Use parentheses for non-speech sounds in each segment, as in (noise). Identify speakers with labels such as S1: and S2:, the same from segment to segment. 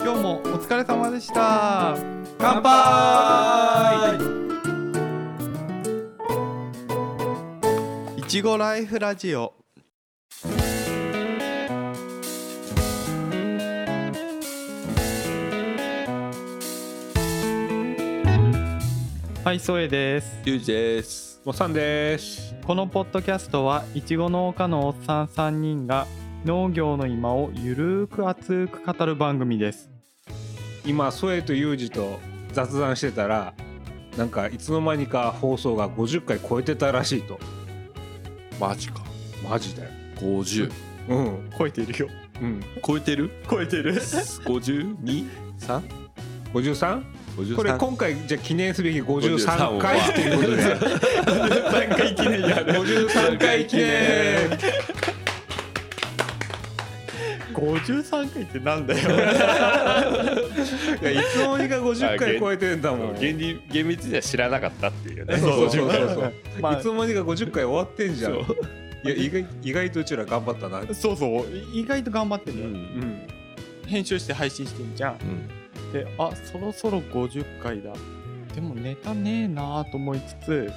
S1: 今日もお疲れ様でした乾
S2: 乾
S1: 杯いちごライフラジオはい、ソエです
S3: ゆうじです。
S2: おっさんです。
S1: このポッドキャストはいちご農家のおっさん3人が農業の今をゆるーく熱く語る番組です
S2: 今ソエとユージと雑談してたら、なんかいつの間にか放送が50回超えてたらしいと。
S3: マジか。
S2: マジで。
S3: 五十。
S2: うん
S1: 超えているよ
S2: うん。
S3: 超えてる？
S1: 超えてる
S3: (laughs) 五十二、三、
S2: 53?
S3: 五十
S2: これ
S3: 三。
S2: 今回じゃあ記念すべき53回っていうことで。
S3: (laughs) 三回記念や
S2: (laughs)
S3: る。
S2: 53回記念。
S1: 53回ってなんだよ
S2: いやいつの間にか50回超えてんだもん。
S3: 厳理厳密には知らなかったっていうね。
S2: そうそう
S3: 50
S2: そうそう。
S1: (laughs) (laughs) まあ
S2: いつの間にか50回終わってんじゃん。い
S3: そう
S2: や意外意外とうちら頑張ったな。う
S1: そうそう意外と頑張って
S3: う
S1: る、
S3: ん。
S2: ん。
S1: 編集して配信してんじゃん
S3: うん。
S1: であそろそろ50回だでもネタねえなあと思いつつ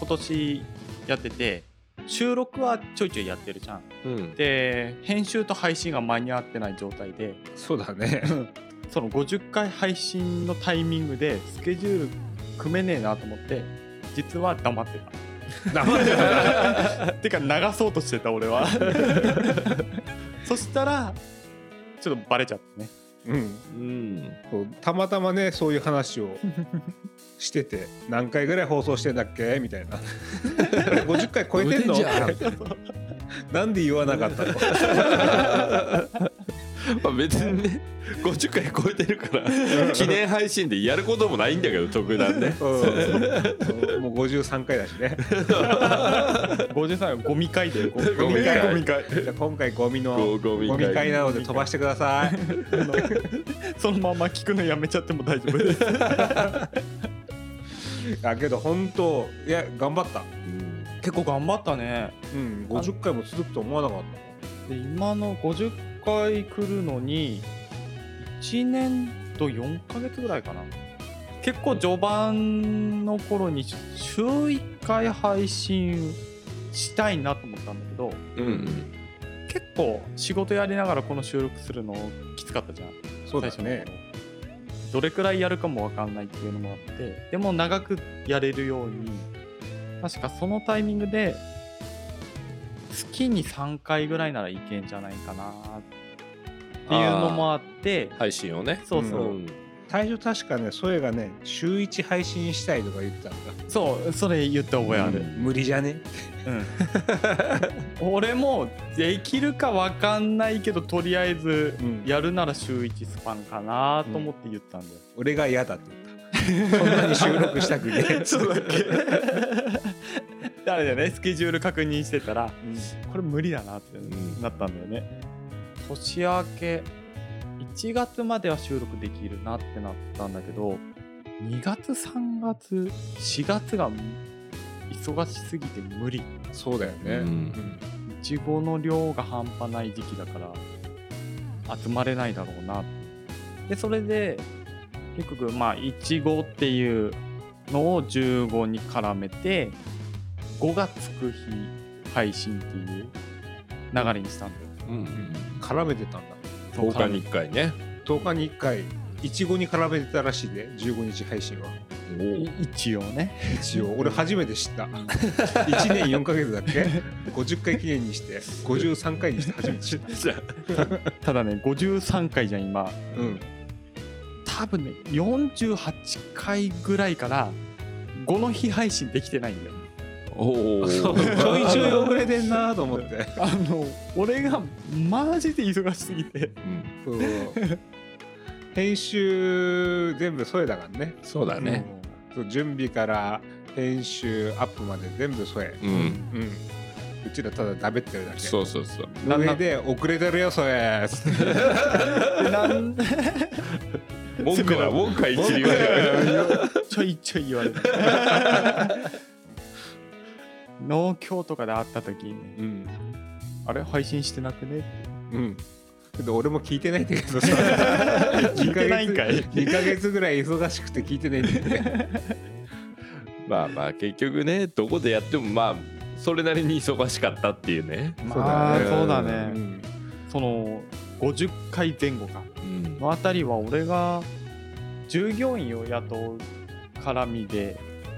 S1: 今年やってて収録はちょいちょいやってるじゃん
S3: うん。
S1: で編集と配信が間に合ってない状態で
S2: そうだね。
S1: その50回配信のタイミングでスケジュール組めねえなと思って実は黙って
S2: 黙ってたな。
S1: た (laughs) てか流そうとしてた俺はそしたらちょっとバレちゃってね
S2: うん。
S3: うん。
S2: そうたまたまねそういう話 (laughs) をしてて何回ぐらい放送してんだっけみたい (laughs) な50回超えてんの
S3: 超え
S2: なんで言わなか (laughs) ったの
S3: まあ別にね、五十回超えてるから記念配信でやることもないんだけど特段 (laughs) ね。
S2: うんもう53回だし (laughs) ね
S1: 53はゴミ会だよゴ
S3: ゴミ会
S1: ゴミ会
S2: じゃあ今回ゴミ
S3: ゴ
S2: の
S3: ゴミ
S2: ゴミ会
S3: 会。
S2: なので飛ばしてくださ (laughs) い
S1: そのまま聞くのやめちゃっても大丈夫です
S2: だけど本当いや頑張った、
S3: うん
S1: 結構頑張ったね
S2: うん、50回も続くと思わなかっ
S1: で今の50回来るのに1年と4ヶ月ぐらいかな結構序盤の頃に週1回配信したいなと思ったんだけど
S3: うん。
S1: 結構仕事やりながらこの収録するのきつかったじゃん
S2: たそうですね
S1: どれくらいやるかもわかんないっていうのもあってでも長くやれるように確かそのタイミングで月に3回ぐらいならいけんじゃないかなっていうのもあって
S3: 配信をね。
S1: そうそう、
S3: うん。
S2: 最初確かねソエがね週1配信したいとか言ってたんだ
S1: そうそれ言った覚えある、
S2: 無理じゃね
S1: うん (laughs) 俺もできるかわかんないけどとりあえず
S2: うん
S1: やるなら週1スパンかなと思って言ったんだよ、
S2: 俺が嫌だって言 (laughs) ったそんなに収録したくねえ
S1: (laughs) そうだっけあれだよねスケジュール確認してたらこれ無理だなって
S3: ん
S1: なったんだよね、年明け1月までは収録できるなってなったんだけど2月3月4月が忙しすぎて無理
S2: そうだよね、
S3: うん
S1: いちごの量が半端ない時期だから集まれないだろうなでそれで結局まあいちごっていうのを15に絡めて5がつく日配信っていう流れにしたんだよ
S3: うん。
S2: 絡めてたんだ
S3: 十日に一回ね。
S2: 10日に1回いちごに絡めてたらしいね15日配信は
S3: お
S1: い一応ね (laughs)
S2: 一応俺初めて知った1年4ヶ月だっけ50回記念にして53回にして初めて知った
S3: じゃあ
S1: ただね53回じゃん今
S2: (laughs) うん
S1: 多分ね48回ぐらいから5の日配信できてないんだよ
S3: おお。
S2: そうちょいちょい遅れてんなと思って
S1: あの俺がマジで忙しすぎて
S3: うん
S2: そう編集全部添えだからね
S3: そうだね。
S2: そう準備から編集アップまで全部添え
S3: うん。
S2: うんうちらただだべってるだけ
S3: そうそう (laughs) そう。
S2: の上で遅れてるよそれ
S1: でなん
S3: 文句は文句は一流だよ。 (laughs)
S1: ちょいちょい言われる農協とかで会った時に、
S2: うん
S1: あれ配信してなくね
S2: うんで俺も聞いてないんだけどさ
S1: 聞いてないんかい
S2: 2ヶ月ぐらい忙しくて聞いてないんだよね
S3: まあまあ結局ねどこでやってもまあそれなりに忙しかったっていうね、
S1: まあそうだね、
S2: ん
S1: その50回前後か
S3: うん、
S1: のあたりは俺が従業員を雇う絡みで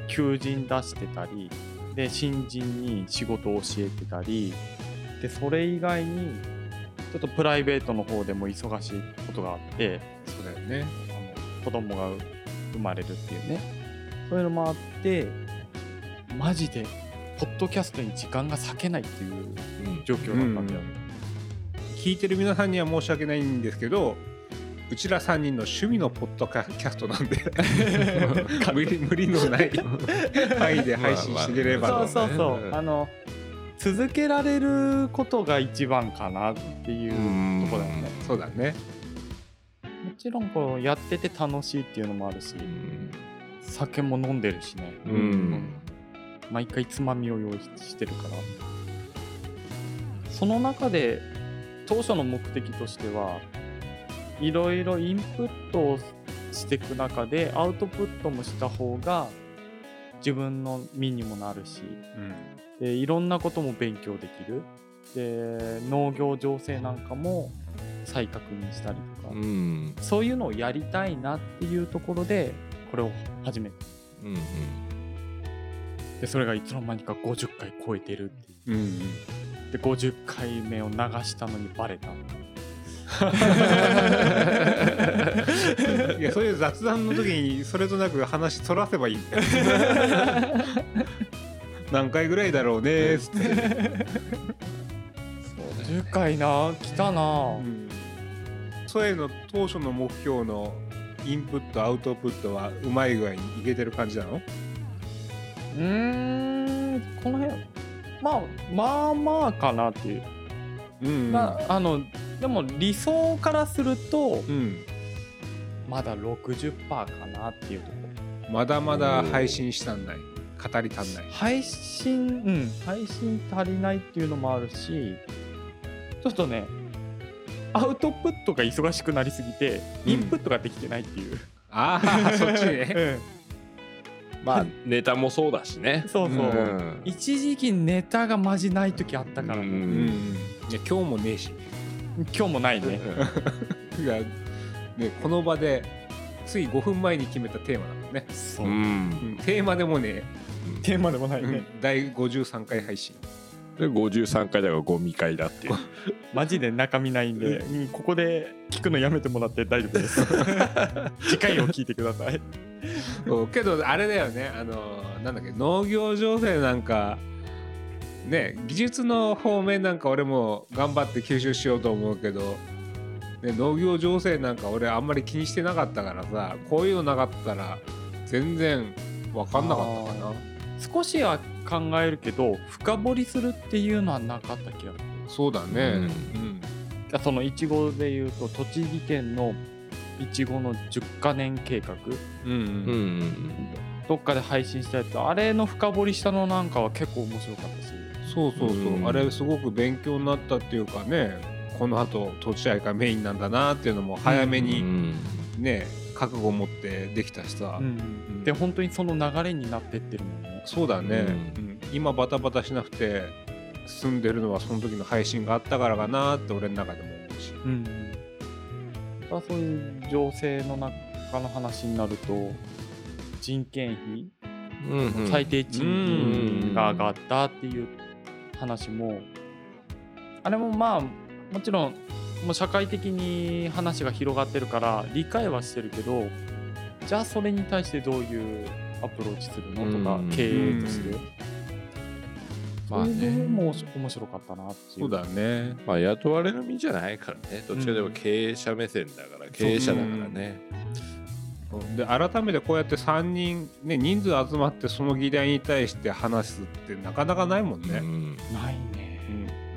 S1: 求人出してたりで新人に仕事を教えてたりでそれ以外にちょっとプライベートの方でも忙しいことがあって
S2: そうだよね
S1: あの子供が生まれるっていうねそういうのもあってマジでポッドキャストに時間が割けないっていう状況だったんだよ、
S2: 聞いてる皆さんには申し訳ないんですけどうちら3人の趣味のポッドキャストなんで無理無理のない範囲で配信してくれれば
S3: まあ
S1: そ
S3: ま
S1: う
S3: あ
S1: そうそう、
S3: うん
S1: あの続けられることが一番かなっていう
S3: うん
S1: ところだよね
S2: そうだね
S1: もちろんこうやってて楽しいっていうのもあるし酒も飲んでるしね
S3: うん、うん
S1: 毎回つまみを用意してるからその中で当初の目的としてはいろいろインプットをしていく中でアウトプットもした方が自分の身にもなるしでいろんなことも勉強できるで農業情勢なんかも再確認したりとか、
S3: うん
S1: そういうのをやりたいなっていうところでこれを始めた
S3: うん
S1: でそれがいつの間にか50回超えてるっていう
S2: うん、うん
S1: で50回目を流したのにバレた
S2: いやそういう雑談の時にそれとなく話そらせ (laughs) ばいいんだよ何回ぐらいだろうねっつって、
S3: そうね
S1: 50回な来たな
S2: そういうの当初の目標のインプットアウトプットはうまい具合にいけてる感じなの
S1: うーんこの辺まあまあまあかなっていう、
S2: うん
S1: まああのでも理想からすると
S2: うん、
S1: まだ60%かなっていうところ
S2: まだまだ配信したんない語り足んない
S1: 配信うん配信足りないっていうのもあるしちょっとねアウトプットが忙しくなりすぎて
S2: うん
S1: インプットができてないっていう、
S2: ああ (laughs) そっちね
S3: まあネタもそうだしね
S1: (laughs) そうそう、
S3: ん
S1: 一時期ネタがマジない時あったから、
S3: う
S2: うんん、いや今日もねえし
S1: 今日もないね
S2: いやねこの場でつい5分前に決めたテーマだもんね、
S1: そううん
S2: うんテーマでもね
S1: テーマでもないね、
S2: (laughs) 第53回配信
S3: で53回だからゴミ回だっていう
S1: マジで中身ないんで、うんここで聞くのやめてもらって大丈夫です (laughs) 次回を聞いてください
S2: そうけどあれだよねあのなんだっけ農業情勢なんかね技術の方面なんか俺も頑張って吸収しようと思うけど、ね、農業情勢なんか俺あんまり気にしてなかったからさこういうのなかったら全然分かんなかったかな
S1: あ少しは考えるけど深掘りするっていうのはなかった気がする
S2: そうだねうん
S1: あそのいちごでいうと栃木県のいちごの10カ年計画
S2: うんうん
S3: ん
S1: どっかで配信したやつあれの深掘りしたのなんかは結構面白かったし
S2: そうそうそう、
S3: うん
S2: あれすごく勉強になったっていうかねこの後とちあいがメインなんだなっていうのも早め
S3: う
S2: に
S3: ん
S2: ね、覚悟を持ってできたしさ、
S1: で本当にその流れになってってるもんね
S2: そうだね、
S3: う
S2: うん今バタバタしなくて住んでるのはその時の配信があったからかなって俺の中でも思うし
S1: うんまたそういう情勢の中の話になると人件費、
S3: うん
S1: 最低賃金が上がったっていう話もあれもまあもちろんもう社会的に話が広がってるから理解はしてるけどじゃあそれに対してどういうアプローチするのとか
S3: うん
S1: 経営としてま
S3: まあ
S1: あ
S3: ね
S1: ねも面白かったなっていう
S2: そうだね
S3: まあ雇われる身じゃないからねどっちかでも経営者目線だから、経営者だからね
S2: で改めてこうやって3人、ね、人数集まってその議題に対して話すってなかなかないもん
S3: う
S2: ね、
S3: ん
S1: ないね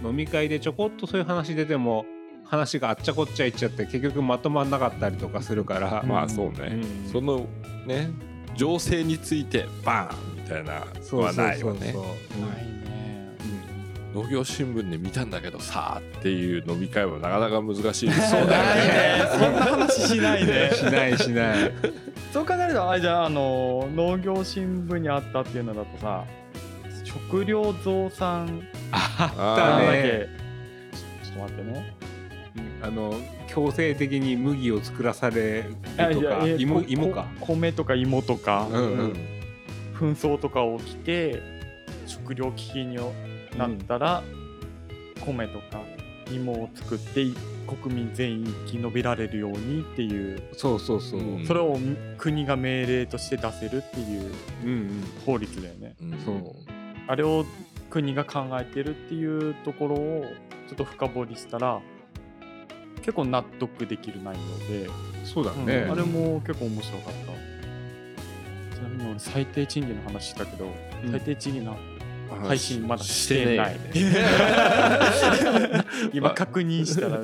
S2: うん飲み会でちょこっとそういう話出ても話があっちゃこっちゃいっちゃって結局まとまんなかったりとかするから、
S1: うん
S3: まあそう
S2: う
S3: ね、
S2: ん
S3: そのね情勢についてバーンみたいなのはないよね
S2: そうそうそう
S1: ないね
S3: 農業新聞で見たんだけどさっていう飲み会はなかなか難しいそ
S1: そうだよねそんな話しないね
S2: しないしない
S1: (laughs) そう考えるとあじゃああの農業新聞にあったっていうのだとさ食料増産
S2: だ
S1: な
S3: あ
S1: んだっ
S2: ね
S1: け、ちょっと待ってね
S2: あの強制的に麦を作らされると
S1: あいや
S2: か
S1: えー
S2: 芋
S1: こ
S2: 芋か
S1: こ米とか芋とか、
S2: うん
S3: ー
S2: う
S3: うんん
S1: 紛争とか起きて食料危機になったら、米とか芋を作って国民全員生き延びられるようにっていう、
S2: そうそうそう、う
S3: うんん
S1: それを国が命令として出せるっていう
S2: うん、
S1: 法律だよね
S3: うん
S2: そう
S1: あれを国が考えてるっていうところをちょっと深掘りしたら結構納得できる内容で、
S2: そうだ
S1: うん
S2: ね、
S1: あれも結構面白かったちなみに俺最低賃金の話したけど、
S2: うん
S1: 最低賃金の配信まだしてない。 (laughs) 今確認したら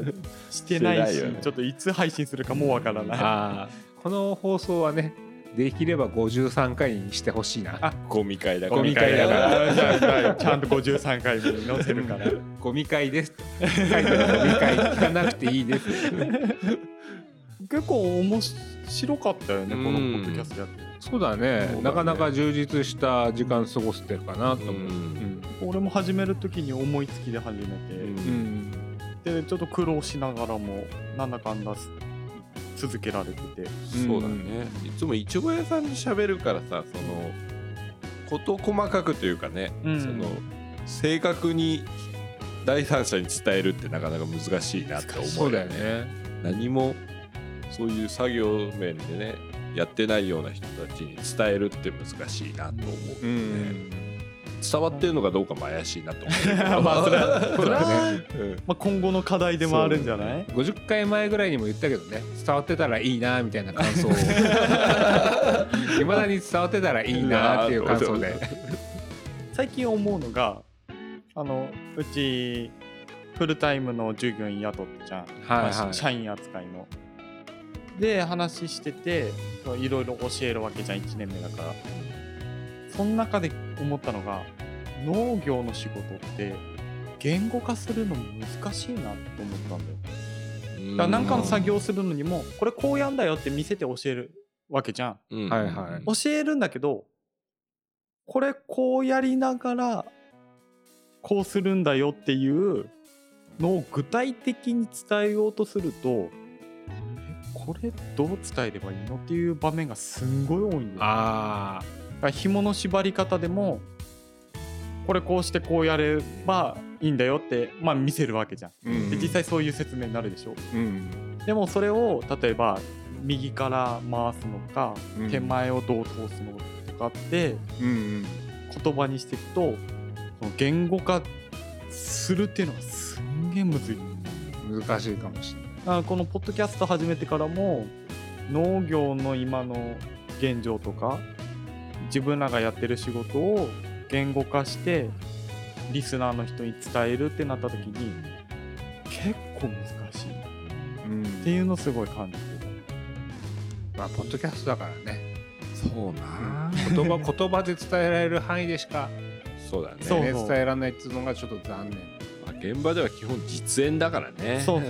S1: してないし、
S3: してないよね
S1: ちょっといつ配信するかもわからない。
S2: あーこの放送はねできれば53回にしてほしいな
S3: (laughs) ゴミ会だ
S2: ゴミ会だから
S1: あ (laughs) じゃあちゃんと53回目に載せるから。
S2: ゴミ
S1: (laughs)
S2: 会です書いてあるゴミ会聞かなくていいです
S1: 結構面白かったよね、このポッドキャストやって。
S2: そうだ
S3: そ
S2: ね
S3: うだね
S2: なかなか充実した時間過ごせてるかなと
S3: う
S2: 思う、うん
S3: ん
S1: 俺も始める時に思いつきで始め
S3: うん
S2: うん
S1: て、でちょっと苦労しながらもなんだかんだ続けられてて。
S3: そうだねいつもいちご屋さんで喋るからさその事細かくというかね、
S1: うん
S3: その正確に第三者に伝えるってなかなか難しいなって思う
S2: そうだよね
S3: 何もそういう作業面でねやってないような人たちに伝えるって難しいなと思う、
S2: うん
S3: 伝わってるのかどうかも怪しいなと思う
S1: (laughs) まあそれは
S2: そうだね
S3: うん
S1: まあ、今後の課題でもあるんじゃない
S2: 50回前ぐらいにも言ったけどね伝わってたらいいなみたいな感
S1: (laughs)
S2: 想をいまだに伝わってたらいいなっていう感想で
S1: 最近思うのがあのうちフルタイムの従業員雇ってじゃん、
S2: はいはい
S1: まあ社員扱いの。で話してていろいろ教えるわけじゃん1年目だから。その中で思ったのが農業の仕事って言語化するの難しいなと思ったんだよ。だから何かの作業するのにもこれこうやんだよって見せて教えるわけじゃん。
S3: うん
S2: はいはい
S1: 教えるんだけどこれこうやりながらこうするんだよっていうのを具体的に伝えようとするとえこれどう伝えればいいのっていう場面がすんごい多いんだよ。
S2: あ
S1: だから紐の縛り方でもこれこうしてこうやればいいんだよって、まあ、見せるわけじゃん。
S2: ーうん
S1: で実際そういう説明になるでしょ。
S2: うん
S1: でもそれを例えば右から回すのか、
S2: うん
S1: 手前をどう通すのかって
S2: うん
S1: 言葉にしていくとその言語化するっていうのがすんげえむずい
S2: うん難しいかもしれない
S1: あこのポッドキャスト始めてからも農業の今の現状とか自分らがやってる仕事を言語化してリスナーの人に伝えるってなった時に結構難しいっ
S2: うん
S1: ていうのをすごい感じてる。
S2: まあポッドキャストだからね
S3: そうな
S2: 言
S1: (laughs)
S2: 葉言葉で伝えられる範囲でしか
S3: そうだね
S1: そう
S2: ね伝えられないっていうのがちょっと残念
S3: まあ現場では基本実演だからね
S1: そうそ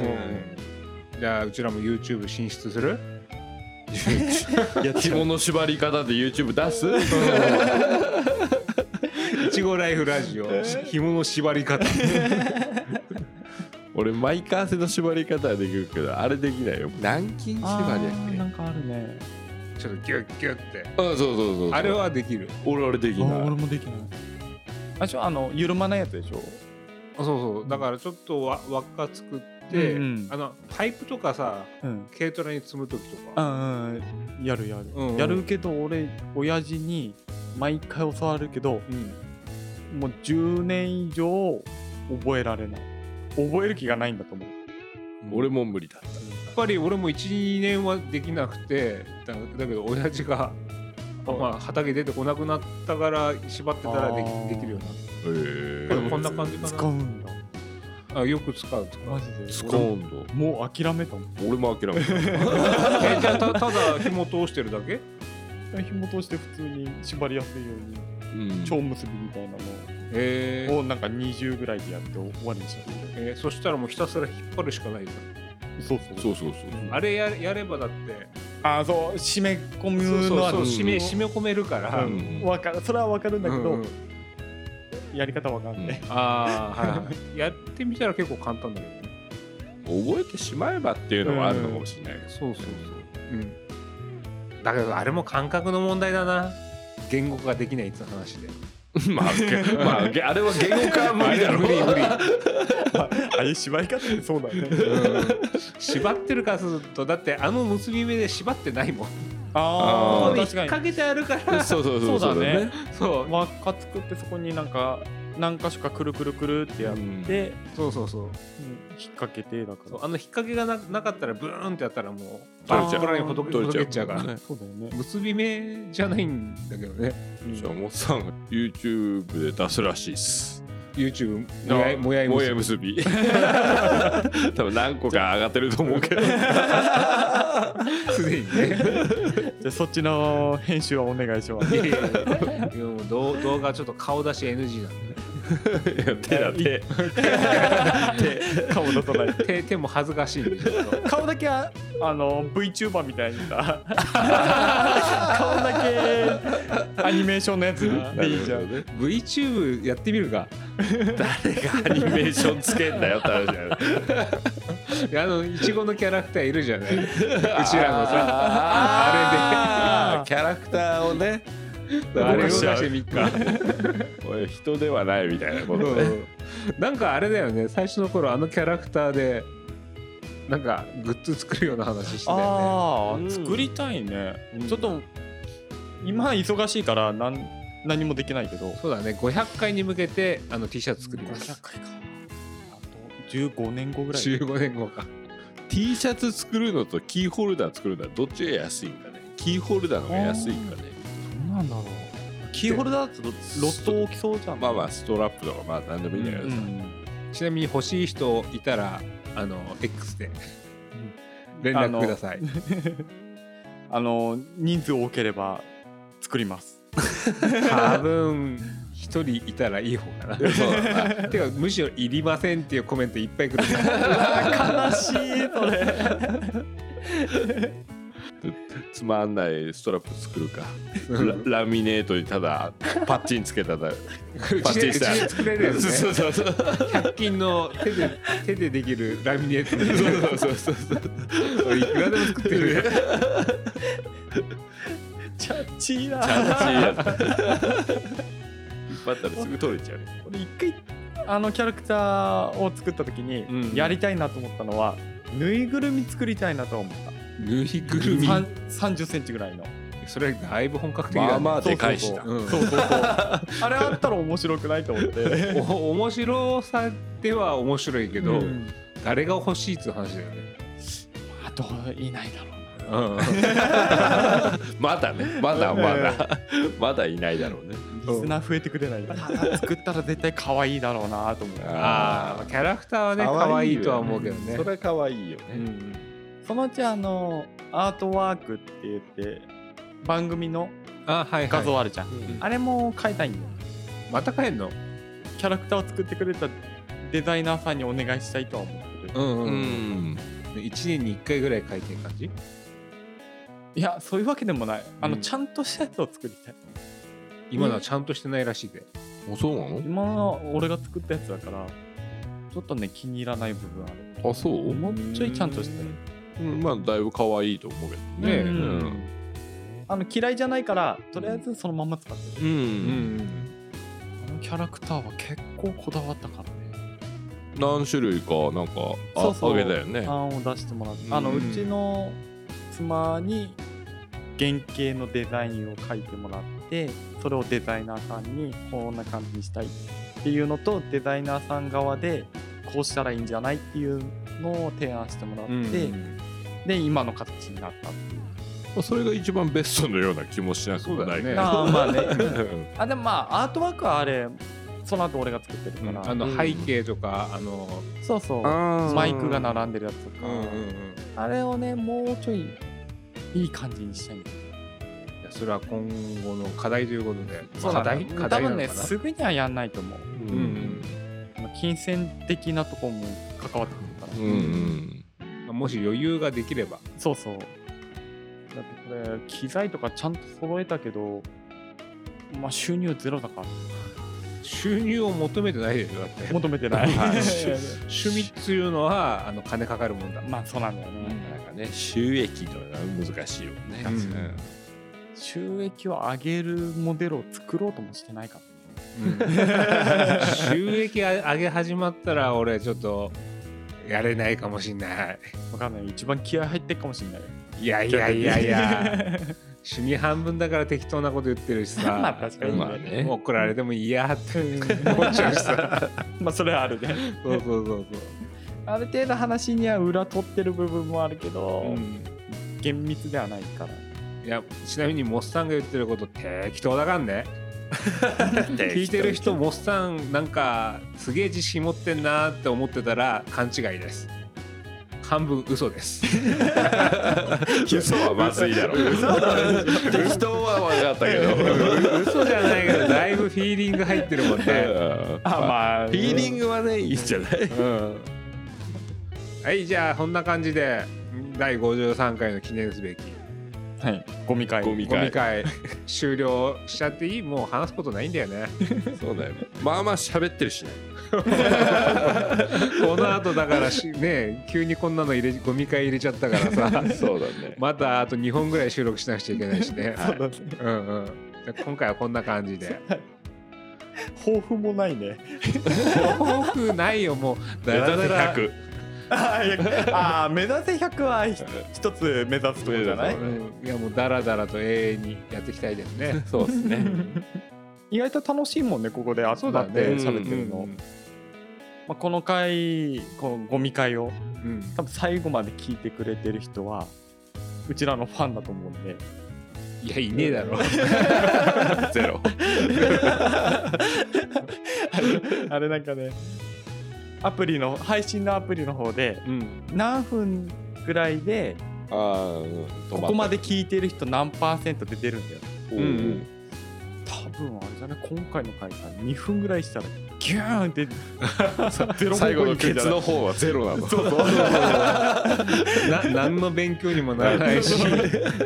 S1: う
S2: じゃあうちらも YouTube 進出
S1: (laughs)
S2: する
S3: いや紐の縛り方で YouTube 出す
S2: いちごライフ
S1: (laughs)
S2: ラジオ紐の縛り方
S3: (laughs) 俺マイカーセの縛り方はできるけどあれできないよ軟禁
S1: あ
S3: 縛り
S1: ー
S3: だ
S1: な
S3: っ
S1: んかあるね。
S2: ちょっとギュッギュッって
S3: けあそうそうそうそう
S2: あれはできる
S3: 俺あれでき
S1: あ
S3: ない
S1: ー俺もできない。あれでしょあの緩まないやつでしょ。
S2: そうそうだからちょっとわ輪っか作って、
S1: うんうん
S2: あのパイプとかさ
S1: うん。
S2: 軽トラに積む時と
S1: う
S2: か
S1: んうんやるやる、
S2: うんうん
S1: やるけど俺親父に毎回教わるけど
S2: うん
S1: もう10年以上覚えられない覚える気がないんだと思う
S3: 俺も無理だった
S2: やっぱり俺も12年はできなくてだだけど親
S1: (laughs)
S2: 父が、まあ、畑出てこなくなったから縛ってたらで
S1: あー
S2: きできるようにな
S3: へ
S2: っこれこんな感じかな
S1: 使うんだ
S2: たあよく使うと
S1: (laughs)
S2: か
S1: マジで
S3: 使うんだ
S1: もう諦めたもん
S3: 俺も諦めた
S2: えじゃあたただ紐通してるだけ
S1: 紐通して普通に縛りやすいように
S3: うん
S1: 超結びみたいな
S2: え
S1: のをなんか20ぐらいでやって終わりにしま
S2: ーえーそしたらもうひたすら引っ張るしかないじ
S1: すそうそう
S3: そうそうそう
S2: ゃんあれややればだって
S1: ああそう締め込む
S2: そうそう
S1: のは
S2: そう
S3: うん
S2: 締め締め込めるから、
S1: う
S2: うん
S1: んわかるそれは分かるんだけど、
S2: うん
S1: やり方わ (laughs) かんない、
S2: ああはい (laughs) はいやってみたら結構簡単だけどね
S3: 覚えてしまえばっていうのはあるのかもしれないけど
S2: そうそうそううんだけどあれも感覚の問題だな言語化できないって話で
S3: まあ、けまあ、げあれは言語化は無理だろ
S2: 無理無理 (laughs)
S1: ああいう縛り方ってそうだね
S2: 縛ってるかするとだってあの結び目で縛ってないもん
S3: あー
S1: あ
S2: ここ
S1: あ
S2: に引っ
S1: 確か
S2: 掛
S1: に
S2: けて (laughs) ある (laughs) から
S3: そうそうそう
S1: そうだね
S2: そう
S1: 輪っか作ってそこになんか何箇所かくるくるくるってやって、
S2: そうそうそう
S1: うん引っ掛けてだか
S2: そう
S1: ら
S2: あの引っ掛けがななかったらブーンってやったらもう
S3: 取れちゃう
S2: あーほどけ
S3: 取
S2: ほ
S3: れち
S2: ど
S3: ゃう
S2: けちゃうから
S3: ね
S1: そうだよね
S2: 結び目じゃないんだけどね
S3: じゃあ、もっさんが YouTube で出すらしいっす。
S2: YouTube もやいもやい
S3: もや
S2: 結
S3: い
S2: び
S3: 結び。多分何個か上がってると思うけど。
S2: (laughs) すでにね
S1: じゃあそっちの編集はお願いし
S2: (laughs)
S1: ます
S2: いやいやいやもう動動画はちょっと顔出し NG なんで
S3: いや手だ手。
S1: 顔出さない
S2: 手手も恥ずかしいんでちょっと
S1: 顔だけはあの VTuber みたいにさ (laughs) 顔だけアニメーションのやつでいいじゃん
S2: VTube やってみるか
S3: アニメーションつけんだよって話だよ。
S2: いやあのいちごのキャラクターいるじゃないうちらのさあ
S1: あー
S3: キャラクターをね。
S2: れで
S3: あ
S2: あ
S3: れ
S2: れ
S3: を
S2: を
S3: 出
S2: 出
S3: し
S2: して
S3: て
S2: み
S3: み
S2: っか
S3: か。俺人ではないみたいなこ
S2: う
S3: とね。
S2: んなんかあれだよね最初の頃あのキャラクターでなんかグッズ作るような話してたよ
S1: ああ、
S3: うん
S1: 作りたいね、
S2: うん
S1: ちょっと今忙しいからなん何もできないけど
S2: ねそうだね500回に向けてあの T シャツ作ります
S1: 回かあと15年後ぐらい
S2: 15年後か
S3: T シャツ作るのとキーホルダー作るのはどっちが安いんかね。キーホルダーの方が安いんかね。
S1: うなんだろうキーホルダーだとロット大きそうじゃん
S3: まあまあストラップとかまあ何でもいいんだけ
S1: う
S3: どさ。
S1: ん
S2: ちなみに欲しい人いたらあの X で連絡ください
S1: あの人数多ければ作ります
S2: 多分一人いたらいい方かな。
S3: (laughs) そうだな
S2: てかむしろいりませんっていうコメントいっぱい来るから
S1: 悲しいそれ
S3: つまんないストラップ作るかララミネートにただパッチンつけただ
S2: うちでうちで作れるやつね (laughs)
S3: そうそうそうそう
S2: 100均の手で手でできるラミネートみたいな
S3: そうそうそう
S2: 俺いくらでも作ってるよ
S1: (laughs) チャッチー
S3: ちゃん
S1: だ
S3: といいやつ引っ張ったらすぐ取れちゃう
S1: 俺一回あのキャラクターを作った時に、
S2: うん
S1: やりたいなと思ったのはぬいぐるみ作りたいなと思った
S2: ぬいぐるみ
S1: 3 0センチぐらいの
S2: それだいぶ本格的だ、ね、
S3: まあまあでかいしな
S2: うん
S1: そうそうそうあれあったら面白くないと思って
S2: お面白さでは面白いけど、
S1: うん
S2: 誰が欲しいっていう話だよね、
S1: あといないだろ
S2: うん、
S3: まだねまだまだまだいないだろうね
S1: うなリスナー増えてくれないただ作ったら絶対可愛いだろうなと思って
S2: あーキャラクターはね可愛いとは思うけどね
S3: それ可愛いよ
S2: う
S3: ね
S2: ん
S1: そのうちあのアートワークって言って番組の
S2: あはいはい
S1: 画像あるじゃん、
S3: うん
S1: あれも変えたいんだよ
S2: また帰んの
S1: キャラクターを作ってくれたデザイナーさんにお願いしたいとは思ってる
S2: うんう
S3: うんん
S2: 1年に1回ぐらい書いてる感じ
S1: いやそういうわけでもないあの、
S2: うん
S1: ちゃんとしたやつを作りたい
S2: 今のはちゃんとしてないらしいで、
S3: もうそうなの
S1: 今の俺が作ったやつだからちょっとね気に入らない部分ある
S3: あそう
S1: もうちょいちゃんとして
S3: うんまあだいぶ可愛いと思うけど
S2: ねえ
S1: う
S3: うんん
S1: あの嫌いじゃないからとりあえずそのまんま使って
S3: う
S1: る、
S2: うんん
S1: あのキャラクターは結構こだわったからね
S3: 何種類かなんかあ
S1: そうそう
S3: あげたよね
S1: 案を出してもらって、
S3: うん
S1: あのうちの妻に原型のデザインを書いてもらってそれをデザイナーさんにこんな感じにしたいっていうのとデザイナーさん側でこうしたらいいんじゃないっていうのを提案してもらって、
S2: うん
S1: で今の形になったっていう
S3: まあそれが一番ベストのような気もしなくもないけ
S2: そうだよね
S3: ど
S2: (laughs)
S1: ああまあね
S3: うん
S1: あでもまあアートワークはあれその後俺が作って
S2: う
S1: る
S2: ん
S1: から、
S2: あの
S3: うん
S2: 背景とか、あの
S1: そうそうマ
S3: マ
S1: イクが
S3: ら
S1: 並んでるやつとか、あれをねもうちょいいい感じにしたいんだよ
S2: いやそれは今後の課題ということで
S1: そうなんだ
S2: 課題課
S1: 多
S2: 題な
S1: 分
S2: のか
S1: ね
S2: な
S1: すぐにはやんないと思う
S2: うんうん
S1: 金銭的なとこも関わってくるから、
S3: うんうん
S2: まあもし余裕ができれば
S1: そうそうだってこれ機材とかちゃんと揃えたけどまあ収入ゼロだから
S2: 収入を求めてないでしょだって
S1: 求めてない
S3: はい
S2: 趣味っていうのはあの金かかるもんだ
S1: (laughs) まあそうなんだよね、
S3: なんかね収益とか難しいよね、
S2: うん
S1: 収益を上げるモデルを作ろうともしてないから
S2: 収益上げ始まったら俺ちょっとやれないかもしんない
S1: わかんない一番気合入ってるかもしれないよ
S2: いやいやいやいや趣味半分だから適当なこと言ってるしさ
S1: (laughs) まあ確かにね
S3: まあね
S2: もう怒られてもいいやって思っちゃうし
S1: (laughs)
S2: さ
S1: まあそれはあるね
S2: そうそうそうそう
S1: ある程度話には裏取ってる部分もあるけど、
S2: うん
S1: 厳密ではないから
S2: いやちなみにモスさんが言ってること適当だかん
S1: (laughs)
S2: ね (laughs) 聞いてる人モスさんなんかすげえ自信持ってんなーって思ってたら勘違いです半分嘘です
S3: 嘘はまずいだろ嘘適当は分かったけど
S2: 嘘じゃないけどだいぶフィーリング入ってるもんね、
S1: あまあ
S3: フィーリングはねいいんじゃない
S2: うん、はいじゃあこんな感じで第53回の記念すべき
S1: はいゴミ会
S3: ゴミ
S2: ゴミ
S3: 会
S2: 会終了しちゃっていいもう話すことないんだよね
S3: そうだよまあまあ喋ってるしね
S2: この後だからしね急にこんなの入れゴミ会入れちゃったからさ
S3: そうだね
S2: またあと2本ぐらい収録しなくちゃいけないしね
S1: そうだね
S2: うんうんじゃあ今回はこんな感じで
S1: 抱負もないね
S2: 多くないよもう
S3: ネタで (laughs)
S2: だ
S3: 100
S1: あ (laughs) あ目指せ100は一一つ目指すとこじゃない
S3: 目指す
S2: うんいやもうダラダラと永遠にやっていきたいで
S3: (laughs)
S2: すね
S3: そうですね
S1: 意外と楽しいもんねここで集
S2: そう
S1: ま
S2: だ
S1: っ
S2: ね
S1: て喋ってるの、
S2: うん
S1: まあ、この回このゴミ会を
S2: うん
S1: 多分最後まで聞いてくれてる人はうちらのファンだと思 (laughs) うんで
S2: いやいねえだ
S3: (laughs)
S2: ろ
S3: ゼロ
S1: あれなんかねアプリの配信のアプリの方で
S2: うん
S1: 何分ぐらいで
S3: ああうん
S1: ここまで聞いてる人何パーセントで出るんだよ
S3: うん
S2: う
S3: うんん
S1: 多分あれじゃない今回の回さ2分ぐらいしたらギューンってゼロ
S3: 最後のケ
S1: 結
S3: ツの方はゼロなの
S1: そうそう
S2: (laughs) な何の勉強にもならな
S1: (laughs)
S2: いし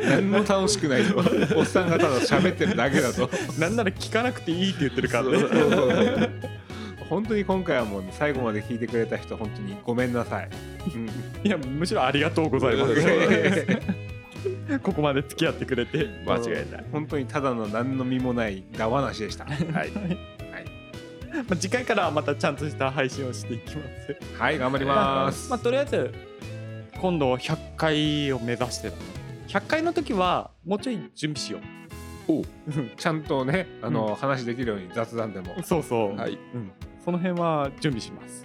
S2: 何も楽しくないとおっさんがただ喋ってるだけだと
S1: なんなら聞かなくていいって言ってるからね
S3: そうそうそう
S2: 本当に今回はもうね、最後まで聞いてくれた人本当にごめんなさい、うん
S1: いやむしろありがとうございま
S3: そうだ
S1: すここまで付き合ってくれて
S3: 間違いない
S2: 本当にただの何の身もないだわなしでしたはい、
S1: まあ、次回からはまたちゃんとした配信をしていきます。
S2: はい、頑張ります、
S1: まあ、とりあえず今度100回を目指してる100回の時はもうちょい準備しよ
S2: ちゃんとねあの、話できるように雑談でも
S1: うそうそう、
S3: はい
S1: うん、その辺は準備します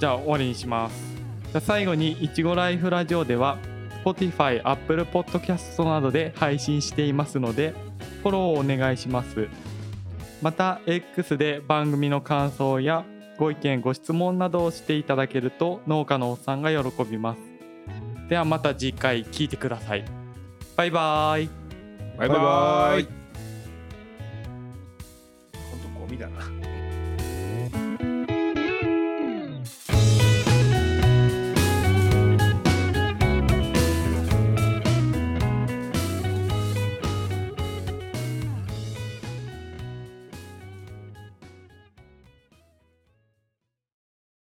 S1: じゃあ終わりにしますじゃあ最後にいちごライフラジオでは Spotify、Apple Podcast などで配信していますのでフォローをお願いしますまた X で番組の感想やご意見ご質問などをしていただけると農家のおっさんが喜びますではまた次回聞いてくださいバイバーイ
S2: バイバ
S3: バイバ
S2: ー
S3: ー
S2: イ
S3: イ
S2: 本当ゴミだな